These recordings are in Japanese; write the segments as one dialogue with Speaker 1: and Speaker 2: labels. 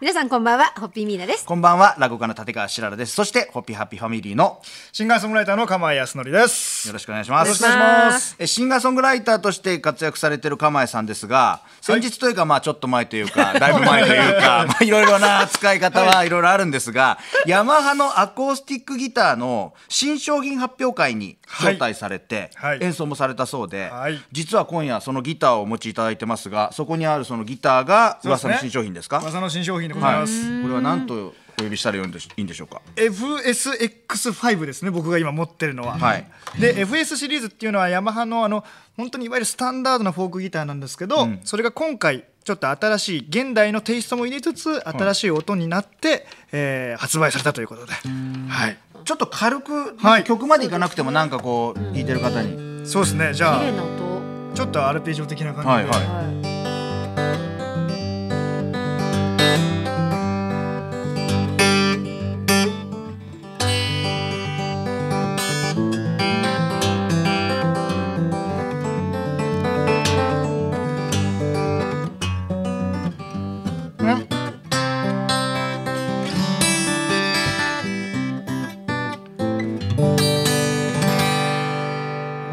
Speaker 1: 皆さんこんばんは、ホッピーミーナです。
Speaker 2: こんばんは、落語家の立川しららです。そして、ホッピーハッピーファミリーの、
Speaker 3: シンガーソングライターの釜井康則です。
Speaker 2: よろしくお願いします。
Speaker 1: よろしくお願いしま
Speaker 2: えシンガーソングライターとして活躍されてる釜井さんですが、先日というか、まあちょっと前というか、 だいぶ前という か、まあいろいろな使い方はいろいろあるんですが、ヤマハのアコースティックギターの新商品発表会に招待されて、
Speaker 3: はいはい
Speaker 2: 演奏もされたそうで、
Speaker 3: はい
Speaker 2: 実は今夜そのギターをお持ちいただいてますが、そこにあるそのギターが噂の新商品ですか
Speaker 3: 噂の新商品でござい
Speaker 2: は
Speaker 3: ます。
Speaker 2: い、これは何とお呼びしたらよいんでしいいんでしょうか。
Speaker 3: FSX5 ですね僕が今持ってるのは、
Speaker 2: はい
Speaker 3: で FS シリーズっていうのはヤマハのあの本当にいわゆるスタンダードなフォークギターなんですけど、それが今回ちょっと新しい現代のテイストも入れつつ新しい音になって、えー発売されたということで、はい、
Speaker 2: ちょっと軽く、
Speaker 3: はい
Speaker 2: 曲までいかなくてもなんかこう弾いてる方に。
Speaker 3: そうですねじゃ
Speaker 1: 綺麗
Speaker 3: あ
Speaker 1: な音。
Speaker 3: ちょっとアルペジオ的な感じで、
Speaker 2: はいはい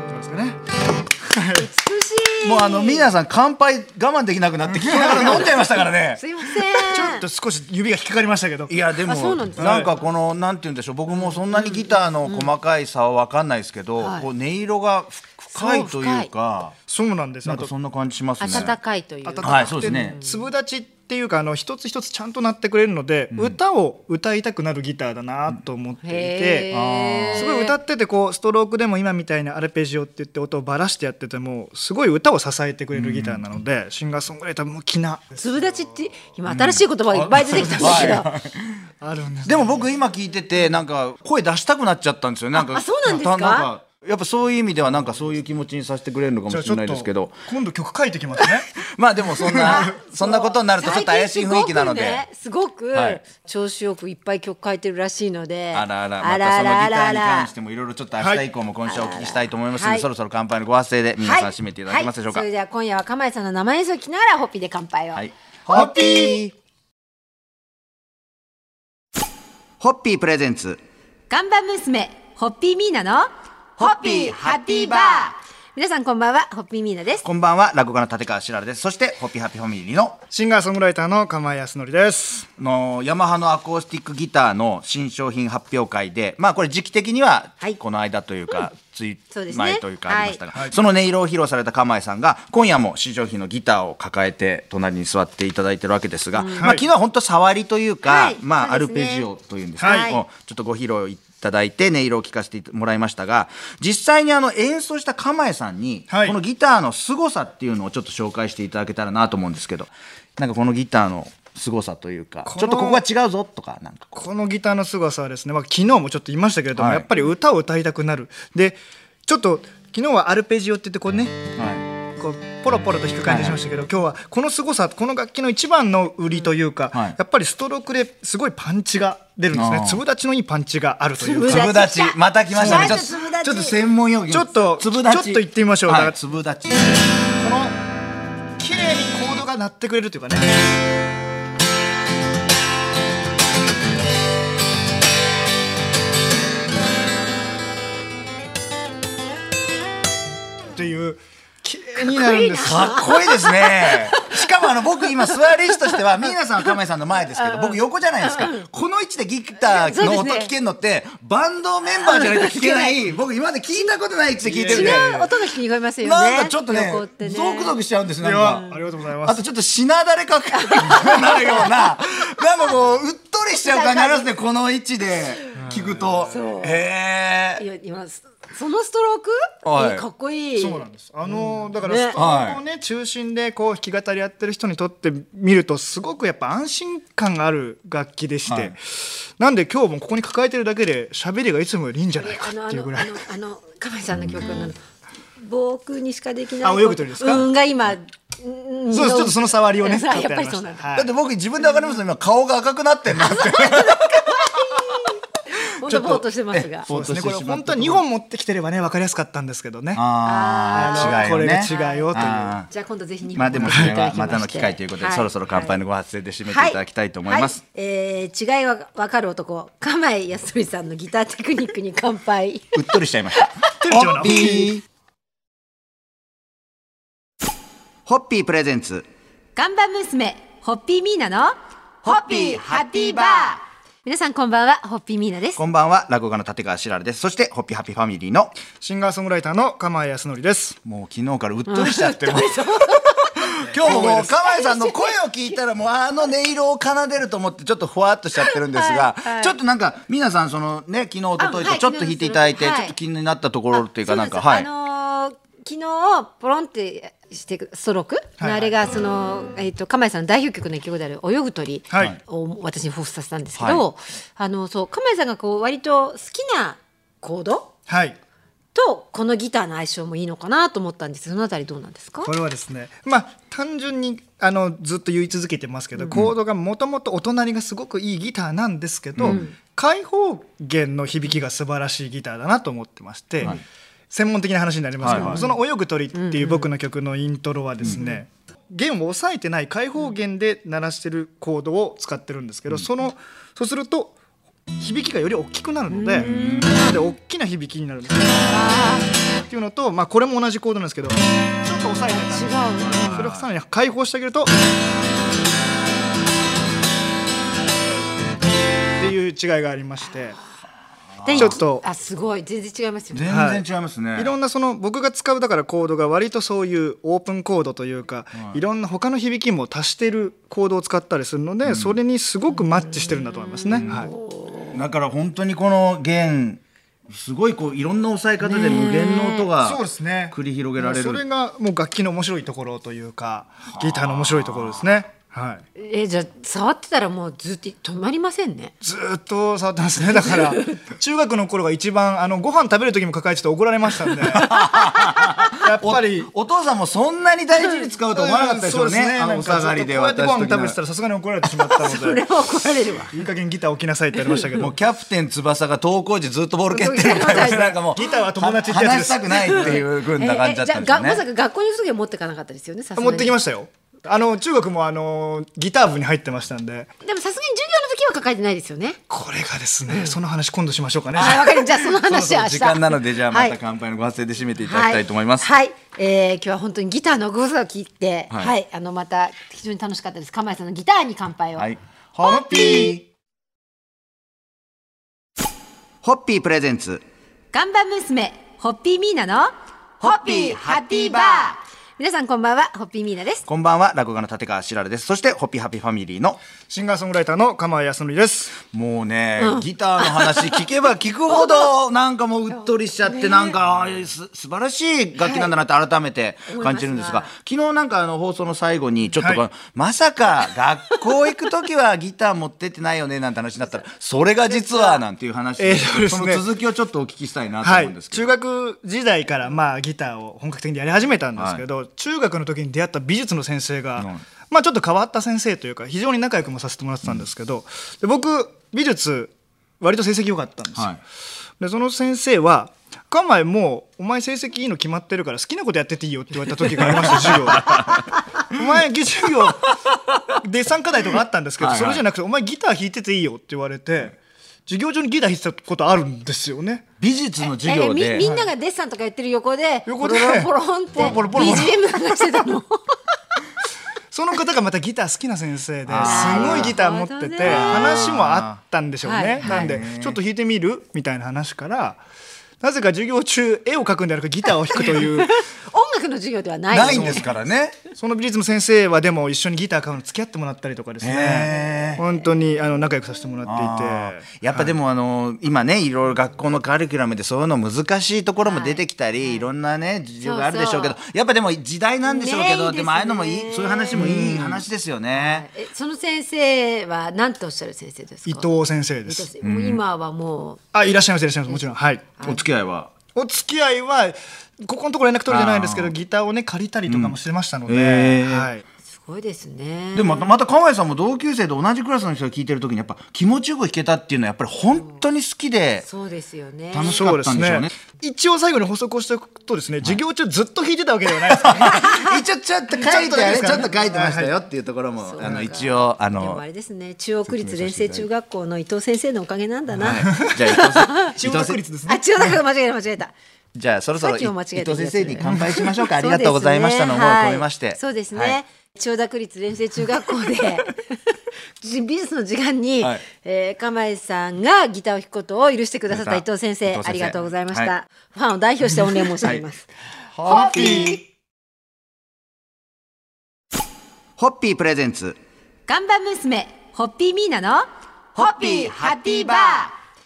Speaker 3: どうですかね
Speaker 1: 美しい。
Speaker 2: もうあの皆さん乾杯我慢できなくなって聞きながら飲んじゃいましたからね。
Speaker 1: すいません。
Speaker 3: ちょっと少し指が引っかかりましたけど
Speaker 2: いやでも
Speaker 1: あそうなんですね
Speaker 2: なんかこのなんて言うんでしょう僕もそんなにギターの細かい差は分かんないですけど、
Speaker 1: はい
Speaker 2: こう音色が深いというか
Speaker 3: そうなんです
Speaker 2: な
Speaker 3: なんん
Speaker 2: か
Speaker 3: か
Speaker 2: そんな感じしますね。
Speaker 1: 温かいという。
Speaker 3: 温
Speaker 2: は
Speaker 3: か
Speaker 2: いそう
Speaker 3: く
Speaker 2: です
Speaker 3: て、
Speaker 2: ね
Speaker 3: 粒立ちっていうかあの一つ一つちゃんとなってくれるので、歌を歌いたくなるギターだなと思っていて、
Speaker 1: へー
Speaker 3: すごい歌っててこうストロークでも今みたいなアルペジオって言って音をばらしてやっててもすごい歌を支えてくれるギターなので、シンガーソングライター向きな
Speaker 1: 粒立ちって、今新しい言葉がいっぱい出てきたんですけど。
Speaker 3: あるんです
Speaker 2: でも僕今聞いててなんか声出したくなっちゃったんですよね。なんか
Speaker 1: あそうなんですか
Speaker 2: たかやっぱそういう意味ではなんかそういう気持ちにさせてくれるのかもしれないですけど。
Speaker 3: 今度曲書いてきますね
Speaker 2: まあでもそんな そんなことになるとちょっと怪しい雰囲気なので、
Speaker 1: 最近すごくねす
Speaker 2: は
Speaker 1: ご
Speaker 2: い
Speaker 1: く調子よくいっぱい曲書いてるらしいので。
Speaker 2: あらあら
Speaker 1: あ
Speaker 2: ま
Speaker 1: ら
Speaker 2: た
Speaker 1: あ
Speaker 2: その
Speaker 1: らあ
Speaker 2: ギタ
Speaker 1: ら
Speaker 2: ー
Speaker 1: あ
Speaker 2: に
Speaker 1: ら
Speaker 2: 関してもいろいろちょっと明日以降も今週はお聞きしたいと思いますので、
Speaker 1: はい
Speaker 2: そろそろ乾杯のご発声で皆さん締めていただけますでしょうか、
Speaker 1: は、
Speaker 2: はい
Speaker 1: それ
Speaker 2: い
Speaker 1: では今夜は釜井さんの生演奏を聞きながらホッピーで乾杯を、
Speaker 2: ホッピーホッピープレゼンツ
Speaker 1: ガンバ娘ホッピーミーナの
Speaker 2: ホッピーハッピーバー
Speaker 1: 皆さんこんばんはホッピーミーナです
Speaker 2: こんばんは落語家の立川しららですそしてホッピーハッピーファミリーの
Speaker 3: シンガーソングライターの釜井康則です
Speaker 2: あのヤマハのアコースティックギターの新商品発表会で、まあ、これ時期的には
Speaker 1: はい
Speaker 2: この間というか、つい
Speaker 1: そうですね
Speaker 2: 前というかありましたがそ,、の音色を披露された釜井さんが今夜も新商品のギターを抱えて隣に座っていただいてるわけですが、まあ、昨日は本当触りというか、
Speaker 1: はい
Speaker 2: まあ、ア
Speaker 1: そ
Speaker 2: ル
Speaker 1: うですね
Speaker 2: ペジオというんですか、
Speaker 1: はい
Speaker 2: をちょっとご披露いただいて音色を聞かせてもらいましたが実際にあの演奏した釜井さんに、
Speaker 3: はい
Speaker 2: このギターの凄さっていうのをちょっと紹介していただけたらなと思うんですけどなんかこのギターの凄さというか
Speaker 3: この
Speaker 2: ちょっとここが違うぞとかなんか
Speaker 3: このギターの凄さはですね、まあ、昨日もちょっと言いましたけれども、
Speaker 2: はい
Speaker 3: やっぱり歌を歌いたくなるでちょっと昨日はアルペジオって言ってこうね
Speaker 2: は
Speaker 3: こうポロポロと弾く感じしましたけど、今日はこの凄さこの楽器の一番の売りというか、
Speaker 2: はい
Speaker 3: やっぱりストロークですごいパンチが出るんです
Speaker 2: あ
Speaker 3: ね
Speaker 2: ー
Speaker 3: 粒立ちのいいパンチがあるとい
Speaker 1: 粒
Speaker 3: う
Speaker 2: い、
Speaker 3: か
Speaker 1: 立ち
Speaker 2: 粒立ちまた来ましたねちょっと
Speaker 1: 粒立ち
Speaker 2: ちょっと専門用語
Speaker 3: ちょっと
Speaker 2: 粒立ち
Speaker 3: ちょっと言ってみましょうだ
Speaker 2: は
Speaker 3: か
Speaker 2: い、
Speaker 3: ら
Speaker 2: 粒立ち
Speaker 3: この綺麗にコードが鳴ってくれるというかねっていう綺麗になるんです
Speaker 2: かっこいいですね。しかもあの僕今座り位置としては、ミーナさんは亀井さんの前ですけど、僕横じゃないですか。この位置でギターの
Speaker 1: そうで
Speaker 2: 音
Speaker 1: すね
Speaker 2: 聞けるのって、バンドメンバーじゃないと聞けない、僕今まで聞いたことない位置で聞いてるんで。
Speaker 1: 違う音が聞こえますよね
Speaker 2: なんかちょっとね
Speaker 1: 旅行ってね
Speaker 2: ゾクゾクしちゃうんです
Speaker 3: で
Speaker 2: なん
Speaker 3: は
Speaker 2: か
Speaker 3: ありがとうございま
Speaker 2: あ
Speaker 3: す
Speaker 2: とちょっとしなだれかけなるような なんかこううっとりしちゃう感じありますねこの位置で聞くと
Speaker 1: そう
Speaker 2: へ
Speaker 1: い
Speaker 2: え
Speaker 1: や今そのストローク、
Speaker 2: はい
Speaker 1: えかっこいい
Speaker 3: そうなんです。あのーだから
Speaker 1: ね
Speaker 3: ストーンをね中心でこう弾き語りやってる人にとって見るとすごくやっぱ安心感がある楽器でして、
Speaker 2: はい
Speaker 3: なんで今日もここに抱えてるだけで喋りがいつもよりいいんじゃないか
Speaker 1: あの
Speaker 3: っ
Speaker 1: あ
Speaker 3: ていう
Speaker 1: の
Speaker 3: ぐら
Speaker 1: あ
Speaker 3: い。
Speaker 1: のあの釜井さんの曲のあの僕にしかできない
Speaker 3: あ泳ぐ鳥ですか
Speaker 1: うんが今
Speaker 3: そ
Speaker 1: そう
Speaker 3: ですちょっとその触りをね。
Speaker 1: やっ
Speaker 3: ちょ
Speaker 1: ぱ
Speaker 3: と
Speaker 1: り
Speaker 3: ま
Speaker 1: そう
Speaker 3: し
Speaker 1: な
Speaker 3: た
Speaker 1: んだ
Speaker 3: は
Speaker 2: だって僕自分で分かりますね今顔が赤くなってんなって
Speaker 1: 本本当ぼーっとしてますが
Speaker 2: え
Speaker 3: そうですね
Speaker 2: ぼ
Speaker 3: こ
Speaker 2: ーっとし
Speaker 3: れ
Speaker 2: てしまっ
Speaker 3: 本
Speaker 2: た
Speaker 3: 当は2本持ってきてればね分かりやすかったんですけどね
Speaker 2: ああ
Speaker 3: あの
Speaker 2: 違いをね
Speaker 3: これが違いをという
Speaker 2: あー
Speaker 1: じゃあ今度ぜひ日本
Speaker 2: まあでもそれはまたの機会ということで、そろそろ乾杯の
Speaker 1: ご
Speaker 2: ご発声で締めていただきたいと思います、
Speaker 1: はいえー違いはわかる男釜井康則さんのギターテクニックに乾杯
Speaker 2: うっとりしちゃいました
Speaker 3: というような
Speaker 2: ホッピーホッピープレゼンツ
Speaker 1: 看板娘ホッピーミーナの
Speaker 2: ホッピーハッピーバー
Speaker 1: 皆さんこんばんはホッピーミーナです
Speaker 2: こんばんは落語家の立川しららですそしてホッピーハッピーファミリーの
Speaker 3: シンガーソングライターの釜井康則です
Speaker 2: もう昨日からうっとりしちゃって もう 今日ももう釜井さんの声を聞いたらもうあの音色を奏でると思ってちょっとふわっとしちゃってるんですが、
Speaker 1: はいはい
Speaker 2: ちょっとなんか皆さんそのね昨日一昨日
Speaker 1: あは
Speaker 2: と
Speaker 1: い
Speaker 2: ちょっと弾いていただいて、
Speaker 1: 昨日
Speaker 2: ち
Speaker 1: です
Speaker 2: ょっと気になったところというかなんか
Speaker 1: そ
Speaker 2: は
Speaker 1: う
Speaker 2: い
Speaker 1: んですあのー昨日ポロンってしてくストローク、
Speaker 3: はいはい
Speaker 1: あれがその、えっと釜井さんの代表曲の一曲である「泳ぐ鳥
Speaker 3: はい」
Speaker 1: を私に彷彿させたんですけど、あのそう釜井さんがこう割と好きなコード
Speaker 3: はい
Speaker 1: とこのギターの相性もいいのかなと思ったんですけどそのあたりどうなんですか
Speaker 3: これはですねまあ単純にあのずっと言い続けてますけど、コードがもともとお隣がすごくいいギターなんですけど、開放弦の響きが素晴らしいギターだなと思ってまして、専門的な話になりますけど、
Speaker 2: はいはい
Speaker 3: その「泳ぐ鳥」っていう僕の曲のイントロはですね、弦を押さえてない開放弦で鳴らしてるコードを使ってるんですけど、そのそうすると響きがより大きくなるので、なので大きな響きになるんですよっていうのと、まあ、これも同じコードなんですけどちょっと押さえてた
Speaker 1: 違う
Speaker 3: それをさらに解放してあげると。っていう違いがありまして、
Speaker 1: で
Speaker 3: ちょっと
Speaker 1: あすごい全然違いますよね
Speaker 2: 全然違いますね、
Speaker 3: いろんなその僕が使うだからコードが割とそういうオープンコードというか、いろんな他の響きも足してるコードを使ったりするので、それにすごくマッチしてるんだと思いますね。はい。
Speaker 2: だから本当にこの弦すごいこういろんな押さえ方で無限の音が
Speaker 3: そうですね。
Speaker 2: 繰り広げられ
Speaker 3: それ
Speaker 2: る
Speaker 3: がもう楽器の面白いところというか、ギターの面白いところですね。はい。
Speaker 1: えじゃあ触ってたらもうずっと止まりませんね
Speaker 3: ずーっと触ってますねだ から中学の頃が一番あのご飯食べる時も抱えてて怒られました んでやっぱり
Speaker 2: お父さんもそんなに大事に使うと思わなかったでしょうね,、あのお下がりで
Speaker 3: なんかず
Speaker 2: 渡
Speaker 3: っとこうや
Speaker 2: し
Speaker 3: ってご飯食べてた
Speaker 2: と
Speaker 3: らさすがに怒られてしま った
Speaker 1: そ
Speaker 3: の
Speaker 1: れ
Speaker 3: で
Speaker 1: は怒られるわ
Speaker 3: いい加減ギター置きなさいってやりましたけ
Speaker 2: も
Speaker 3: ど
Speaker 2: うキャプテン翼が登校時ずっとボール蹴ってる みたいななんかもう
Speaker 3: ギターは友達ってやつ
Speaker 2: 話
Speaker 3: で
Speaker 2: し
Speaker 3: す
Speaker 2: たくないっていう
Speaker 1: え
Speaker 2: 軍な感じ
Speaker 1: え
Speaker 2: だっ
Speaker 1: じゃ
Speaker 2: た
Speaker 1: あ
Speaker 2: んですよね
Speaker 1: がまさか学校に行く時は持ってかなかったですよねさすがに
Speaker 3: 持ってきましたよあの中学もあのギター部に入ってましたんで
Speaker 1: でもさすがに授業の時は抱えてないで すよね
Speaker 3: これがですね、その話今度しましょうかね
Speaker 1: あわかりましたじゃあその話は明日
Speaker 2: 時間なのでじゃあま
Speaker 1: は
Speaker 2: た
Speaker 1: い
Speaker 2: 乾杯のご発声で締めていただきたいと思います、
Speaker 1: はい、はいえー今日は本当にギターのごさを聞いて、
Speaker 2: は
Speaker 1: はいい、あのまた非常に楽しかったです。釜井さんのギターに乾杯を。
Speaker 2: はい、ホッピーホッピープレゼンツ
Speaker 1: 看板娘ホッピーミーナの
Speaker 2: ホッピーハッピーバー
Speaker 1: 皆さんこんばんはホッピーミーナです。
Speaker 2: こんばんは落語家の立川しららですそしてホッピーハッピーファミリーの
Speaker 3: シンガーソングライターの鎌谷康則です
Speaker 2: もうね、ギターの話聞けば聞くほ どなんかもううっとりしちゃって、なんかああいうす素晴らしい楽器なんだなって改めて感じるんですが、
Speaker 1: 思いま
Speaker 2: 昨日なんかあの放送の最後にちょっとこの、
Speaker 3: はい
Speaker 2: まさか学校行く時はギター持ってってないよねなんて話にな ったらそれが実はなんていう話で,、
Speaker 3: えーそうですね
Speaker 2: の続きをちょっとお聞きしたいなと
Speaker 3: は
Speaker 2: 思うん
Speaker 3: い、
Speaker 2: ですけど、
Speaker 3: 中学時代からまあギターを本格的にやり始めたんですけど、中学の時に出会った美術の先生が、
Speaker 2: はい
Speaker 3: まあ、ちょっと変わった先生というか非常に仲良くもさせてもらってたんですけど、で僕美術割と成績良かったんですよ、
Speaker 2: はい
Speaker 3: でその先生は「蒲井もうお前成績いいの決まってるから好きなことやってていいよ」って言われた時がありま した授業で。お前授業デッサン課題とかあったんですけど
Speaker 2: はいはい
Speaker 3: それじゃなくて「お前ギター弾いてていいよ」って言われて授業中にギター弾いてたことあるんですよね。
Speaker 2: 美術の授業
Speaker 1: え
Speaker 2: で
Speaker 1: みみんながデッサンとかやってる横で
Speaker 3: 横で
Speaker 1: ポロロンポロンって
Speaker 3: ポロポロポロ
Speaker 1: BGM がしてたの。
Speaker 3: その方がまたギター好きな先生で
Speaker 2: あー
Speaker 3: すごいギター持って
Speaker 1: なるほど
Speaker 3: て
Speaker 1: ね
Speaker 3: 話もあったんでしょうね、
Speaker 1: はいはい
Speaker 3: なんでちょっと弾いてみるみたいな話からなぜか授業中絵を描くんではなくギターを弾くとい う
Speaker 1: 音楽の授業ではない。
Speaker 2: ないんですからね。
Speaker 3: その美術の先生はでも一緒にギター買うの付き合ってもらったりとかです
Speaker 2: へ
Speaker 3: ね
Speaker 2: ー
Speaker 3: 本当にあの仲良くさせてもら
Speaker 2: あ
Speaker 3: ってい
Speaker 2: ーやっぱでも、あの今ねいろいろ学校のカリキュラムでそういうの難しいところも出てきたり、い、ろんなね事情があるでしょうけど
Speaker 1: そ
Speaker 2: やっぱでも時代なんでしょうけど
Speaker 1: ねいいですね
Speaker 2: でもああいうのもいいそういう話もいい話ですよね。
Speaker 1: えその先生は何とおっしゃる先生です
Speaker 3: て伊
Speaker 1: か。
Speaker 3: 藤先生で
Speaker 1: 伊藤
Speaker 3: す
Speaker 1: 先生。もう今はもう
Speaker 3: あいらっしゃいますいらっしゃいますもちろんはい
Speaker 2: お付き合いは
Speaker 3: お付き合いはここのところ連絡取れてないんですけ
Speaker 2: あ
Speaker 3: どギターをね借りたりとかもしてましたので、
Speaker 2: へー
Speaker 3: はい
Speaker 1: ごいですね。
Speaker 2: でもまたまた河合さんも同級生と同じクラスの人が聞いてる時にやっぱ気持ちよく弾けたっていうのはやっぱり本当に好き で
Speaker 1: そうですよね。
Speaker 2: 楽しかったんでしょうね。
Speaker 3: 一応最後に補足をしておくとですね、授業中ずっと弾いてたわけではないです からね。
Speaker 2: 一応ちょっと書
Speaker 3: いてあれ
Speaker 2: ちょっと書いてましたよっていうところも
Speaker 1: そう
Speaker 2: あの
Speaker 1: なんか
Speaker 2: 一応あ
Speaker 1: でも
Speaker 2: の
Speaker 1: あれですね中央区立連成中学校の伊藤先生のおかげなんだな、
Speaker 2: じゃ あ伊藤先生伊藤
Speaker 3: 中学
Speaker 2: 先
Speaker 3: 率
Speaker 2: 生
Speaker 3: ですね。
Speaker 1: あ中央だから間違えた間違えた
Speaker 2: じゃあそろそろ
Speaker 1: さっきも間違えた
Speaker 2: 伊藤先生に乾杯しましょう かありがとうございましたの方を込めまして
Speaker 1: そうですね、
Speaker 2: はい
Speaker 1: 千代田区立連成中学校 で美術の時間に、
Speaker 2: はい
Speaker 1: えー釜石さんがギターを弾くことを許してくださった伊藤先生
Speaker 2: 伊藤先生
Speaker 1: ありがとうございました、
Speaker 2: は
Speaker 1: ファンを代表して御礼申し上げます、
Speaker 2: ホッピーホッピープレゼンツ
Speaker 1: 看板娘ホッピーミーナの
Speaker 2: ホッピーハッピーバー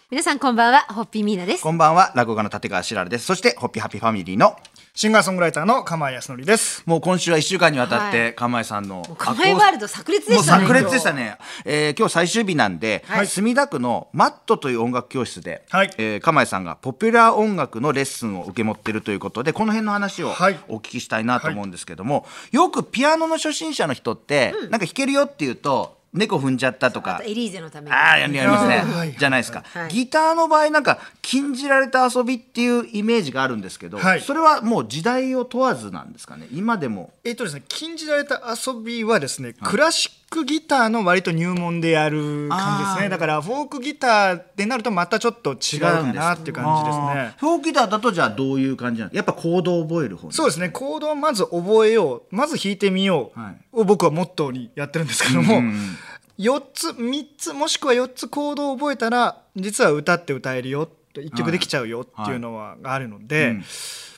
Speaker 1: 皆さんこんばんはホッピーミーナです
Speaker 2: こんばんは落語家の立川しららですそしてホッピーハッピーファミリーの
Speaker 3: シンガーソングライターの釜井康則です。
Speaker 2: もう今週は1週間にわたっ
Speaker 1: は
Speaker 2: て釜井さんの
Speaker 1: カマイワールド炸裂でしたね
Speaker 2: もう炸裂でしたね。えー今日最終日なんで、
Speaker 3: はい
Speaker 2: 墨田区のマットという音楽教室で、
Speaker 3: はい
Speaker 2: えー釜井さんがポピュラー音楽のレッスンを受け持ってるということで、この辺の話を
Speaker 3: はい
Speaker 2: お聞きしたいなと思うんですけども、よくピアノの初心者の人って、なんか弾けるよっていうと、猫踏んじゃったと
Speaker 1: あ
Speaker 2: か
Speaker 1: と。エリーゼのために
Speaker 2: ああ、やります
Speaker 3: あーは
Speaker 2: ね
Speaker 3: い。
Speaker 2: じゃないですか、
Speaker 1: はい
Speaker 2: ギターの場合、なんか禁じられた遊びっていうイメージがあるんですけど、
Speaker 3: はい
Speaker 2: それはもう時代を問わずなんですかね。今でも。
Speaker 3: えっとですね、禁じられた遊びはですね、クラシックギターの割と入門でやる感じです
Speaker 2: あー
Speaker 3: ね。だからフォークギターでなるとまたちょっと違うかなっていう感じですね。
Speaker 2: 表記だだとじゃあどういう感じなのやっぱ行動を覚える方
Speaker 3: そうですね行動をまず覚えようまず弾いてみよう
Speaker 2: はい
Speaker 3: を僕はモットーにやってるんですけども、
Speaker 2: うんうん
Speaker 3: 4つ3つもしくは4つ行動を覚えたら実は歌って歌えるよ1曲できちゃうよっていうのはあるので、
Speaker 2: うん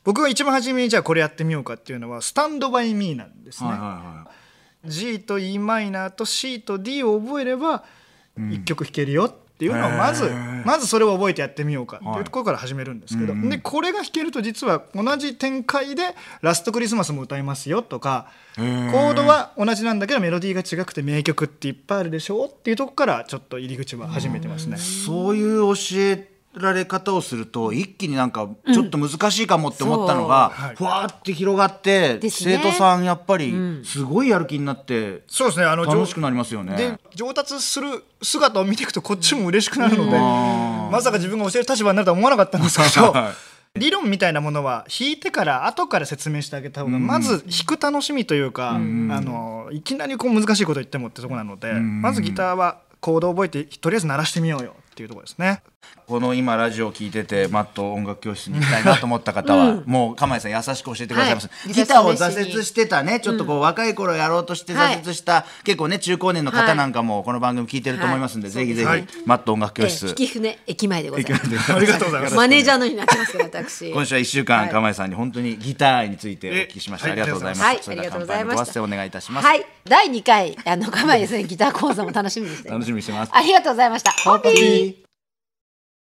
Speaker 3: 僕が一番初めにじゃあこれやってみようかっていうのは「スタンド・バイ・ミー」なんですね。
Speaker 2: はいは
Speaker 3: G と e マイナーと C と D を覚えれば1曲弾けるよっていうのをまず、
Speaker 2: へー
Speaker 3: まずそれを覚えてやってみようかって
Speaker 2: はい
Speaker 3: いうところから始めるんですけど、
Speaker 2: うんうん
Speaker 3: でこれが弾けると実は同じ展開で「ラストクリスマス」も歌えますよとか
Speaker 2: へ
Speaker 3: コ
Speaker 2: ー
Speaker 3: ードは同じなんだけどメロディーが違くて名曲っていっぱいあるでしょうっていうところからちょっと入り口は始めてますね。
Speaker 2: いそういう教えられ方をすると一気になんかちょっと難しいかもって思ったのが、
Speaker 3: そうはい
Speaker 2: ふわーって広がって、
Speaker 1: です
Speaker 2: 生
Speaker 1: ね
Speaker 2: 徒さんやっぱりすごいやる気になって
Speaker 3: そうですねあの
Speaker 2: 楽しくなりますよね。
Speaker 3: で上達する姿を見ていくとこっちも嬉しくなるので、まさか自分が教える立場になるとは思わなかったんですけど
Speaker 2: は
Speaker 3: 理論みたいなものは弾いてから後から説明してあげた方がまず弾く楽しみというか、あのいきなりこう難しいこと言ってもってとこなので、まずギターはコードを覚えてとりあえず鳴らしてみようよっていうところですね。
Speaker 2: この今ラジオを聞いててマット音楽教室に行きたいなと思った方は、もう釜井さん優しく教えてくださいます、
Speaker 1: はい
Speaker 2: ギターを挫折してたねちょっとこう、若い頃やろうとして挫折した、結構ね中高年の方なんかもこの番組聞いてると思いますんで、
Speaker 1: はい
Speaker 2: ぜひぜひ、
Speaker 1: はい
Speaker 2: マット音楽
Speaker 1: え
Speaker 2: 教室、
Speaker 1: ー、引舟駅前でござい ます
Speaker 3: ありがとうございます。
Speaker 1: マネージャーのようになってますから私
Speaker 2: 今週は1週間、
Speaker 1: はい
Speaker 2: 釜井さんに本当にギター愛についてお聞きしました、
Speaker 3: え
Speaker 2: ありがとうございました、
Speaker 1: はい
Speaker 2: そ
Speaker 1: あ
Speaker 2: れ
Speaker 1: り
Speaker 2: で
Speaker 1: が
Speaker 2: は
Speaker 1: とうご
Speaker 2: 乾
Speaker 1: ざい
Speaker 2: 杯の
Speaker 1: ま
Speaker 2: ご
Speaker 1: し
Speaker 2: 発
Speaker 1: た
Speaker 2: 声お願いいたします、
Speaker 1: はい第2回あの釜井先生ギター講座も楽しみにして
Speaker 2: 楽しみにしてます
Speaker 1: ありがとうございましたホッピー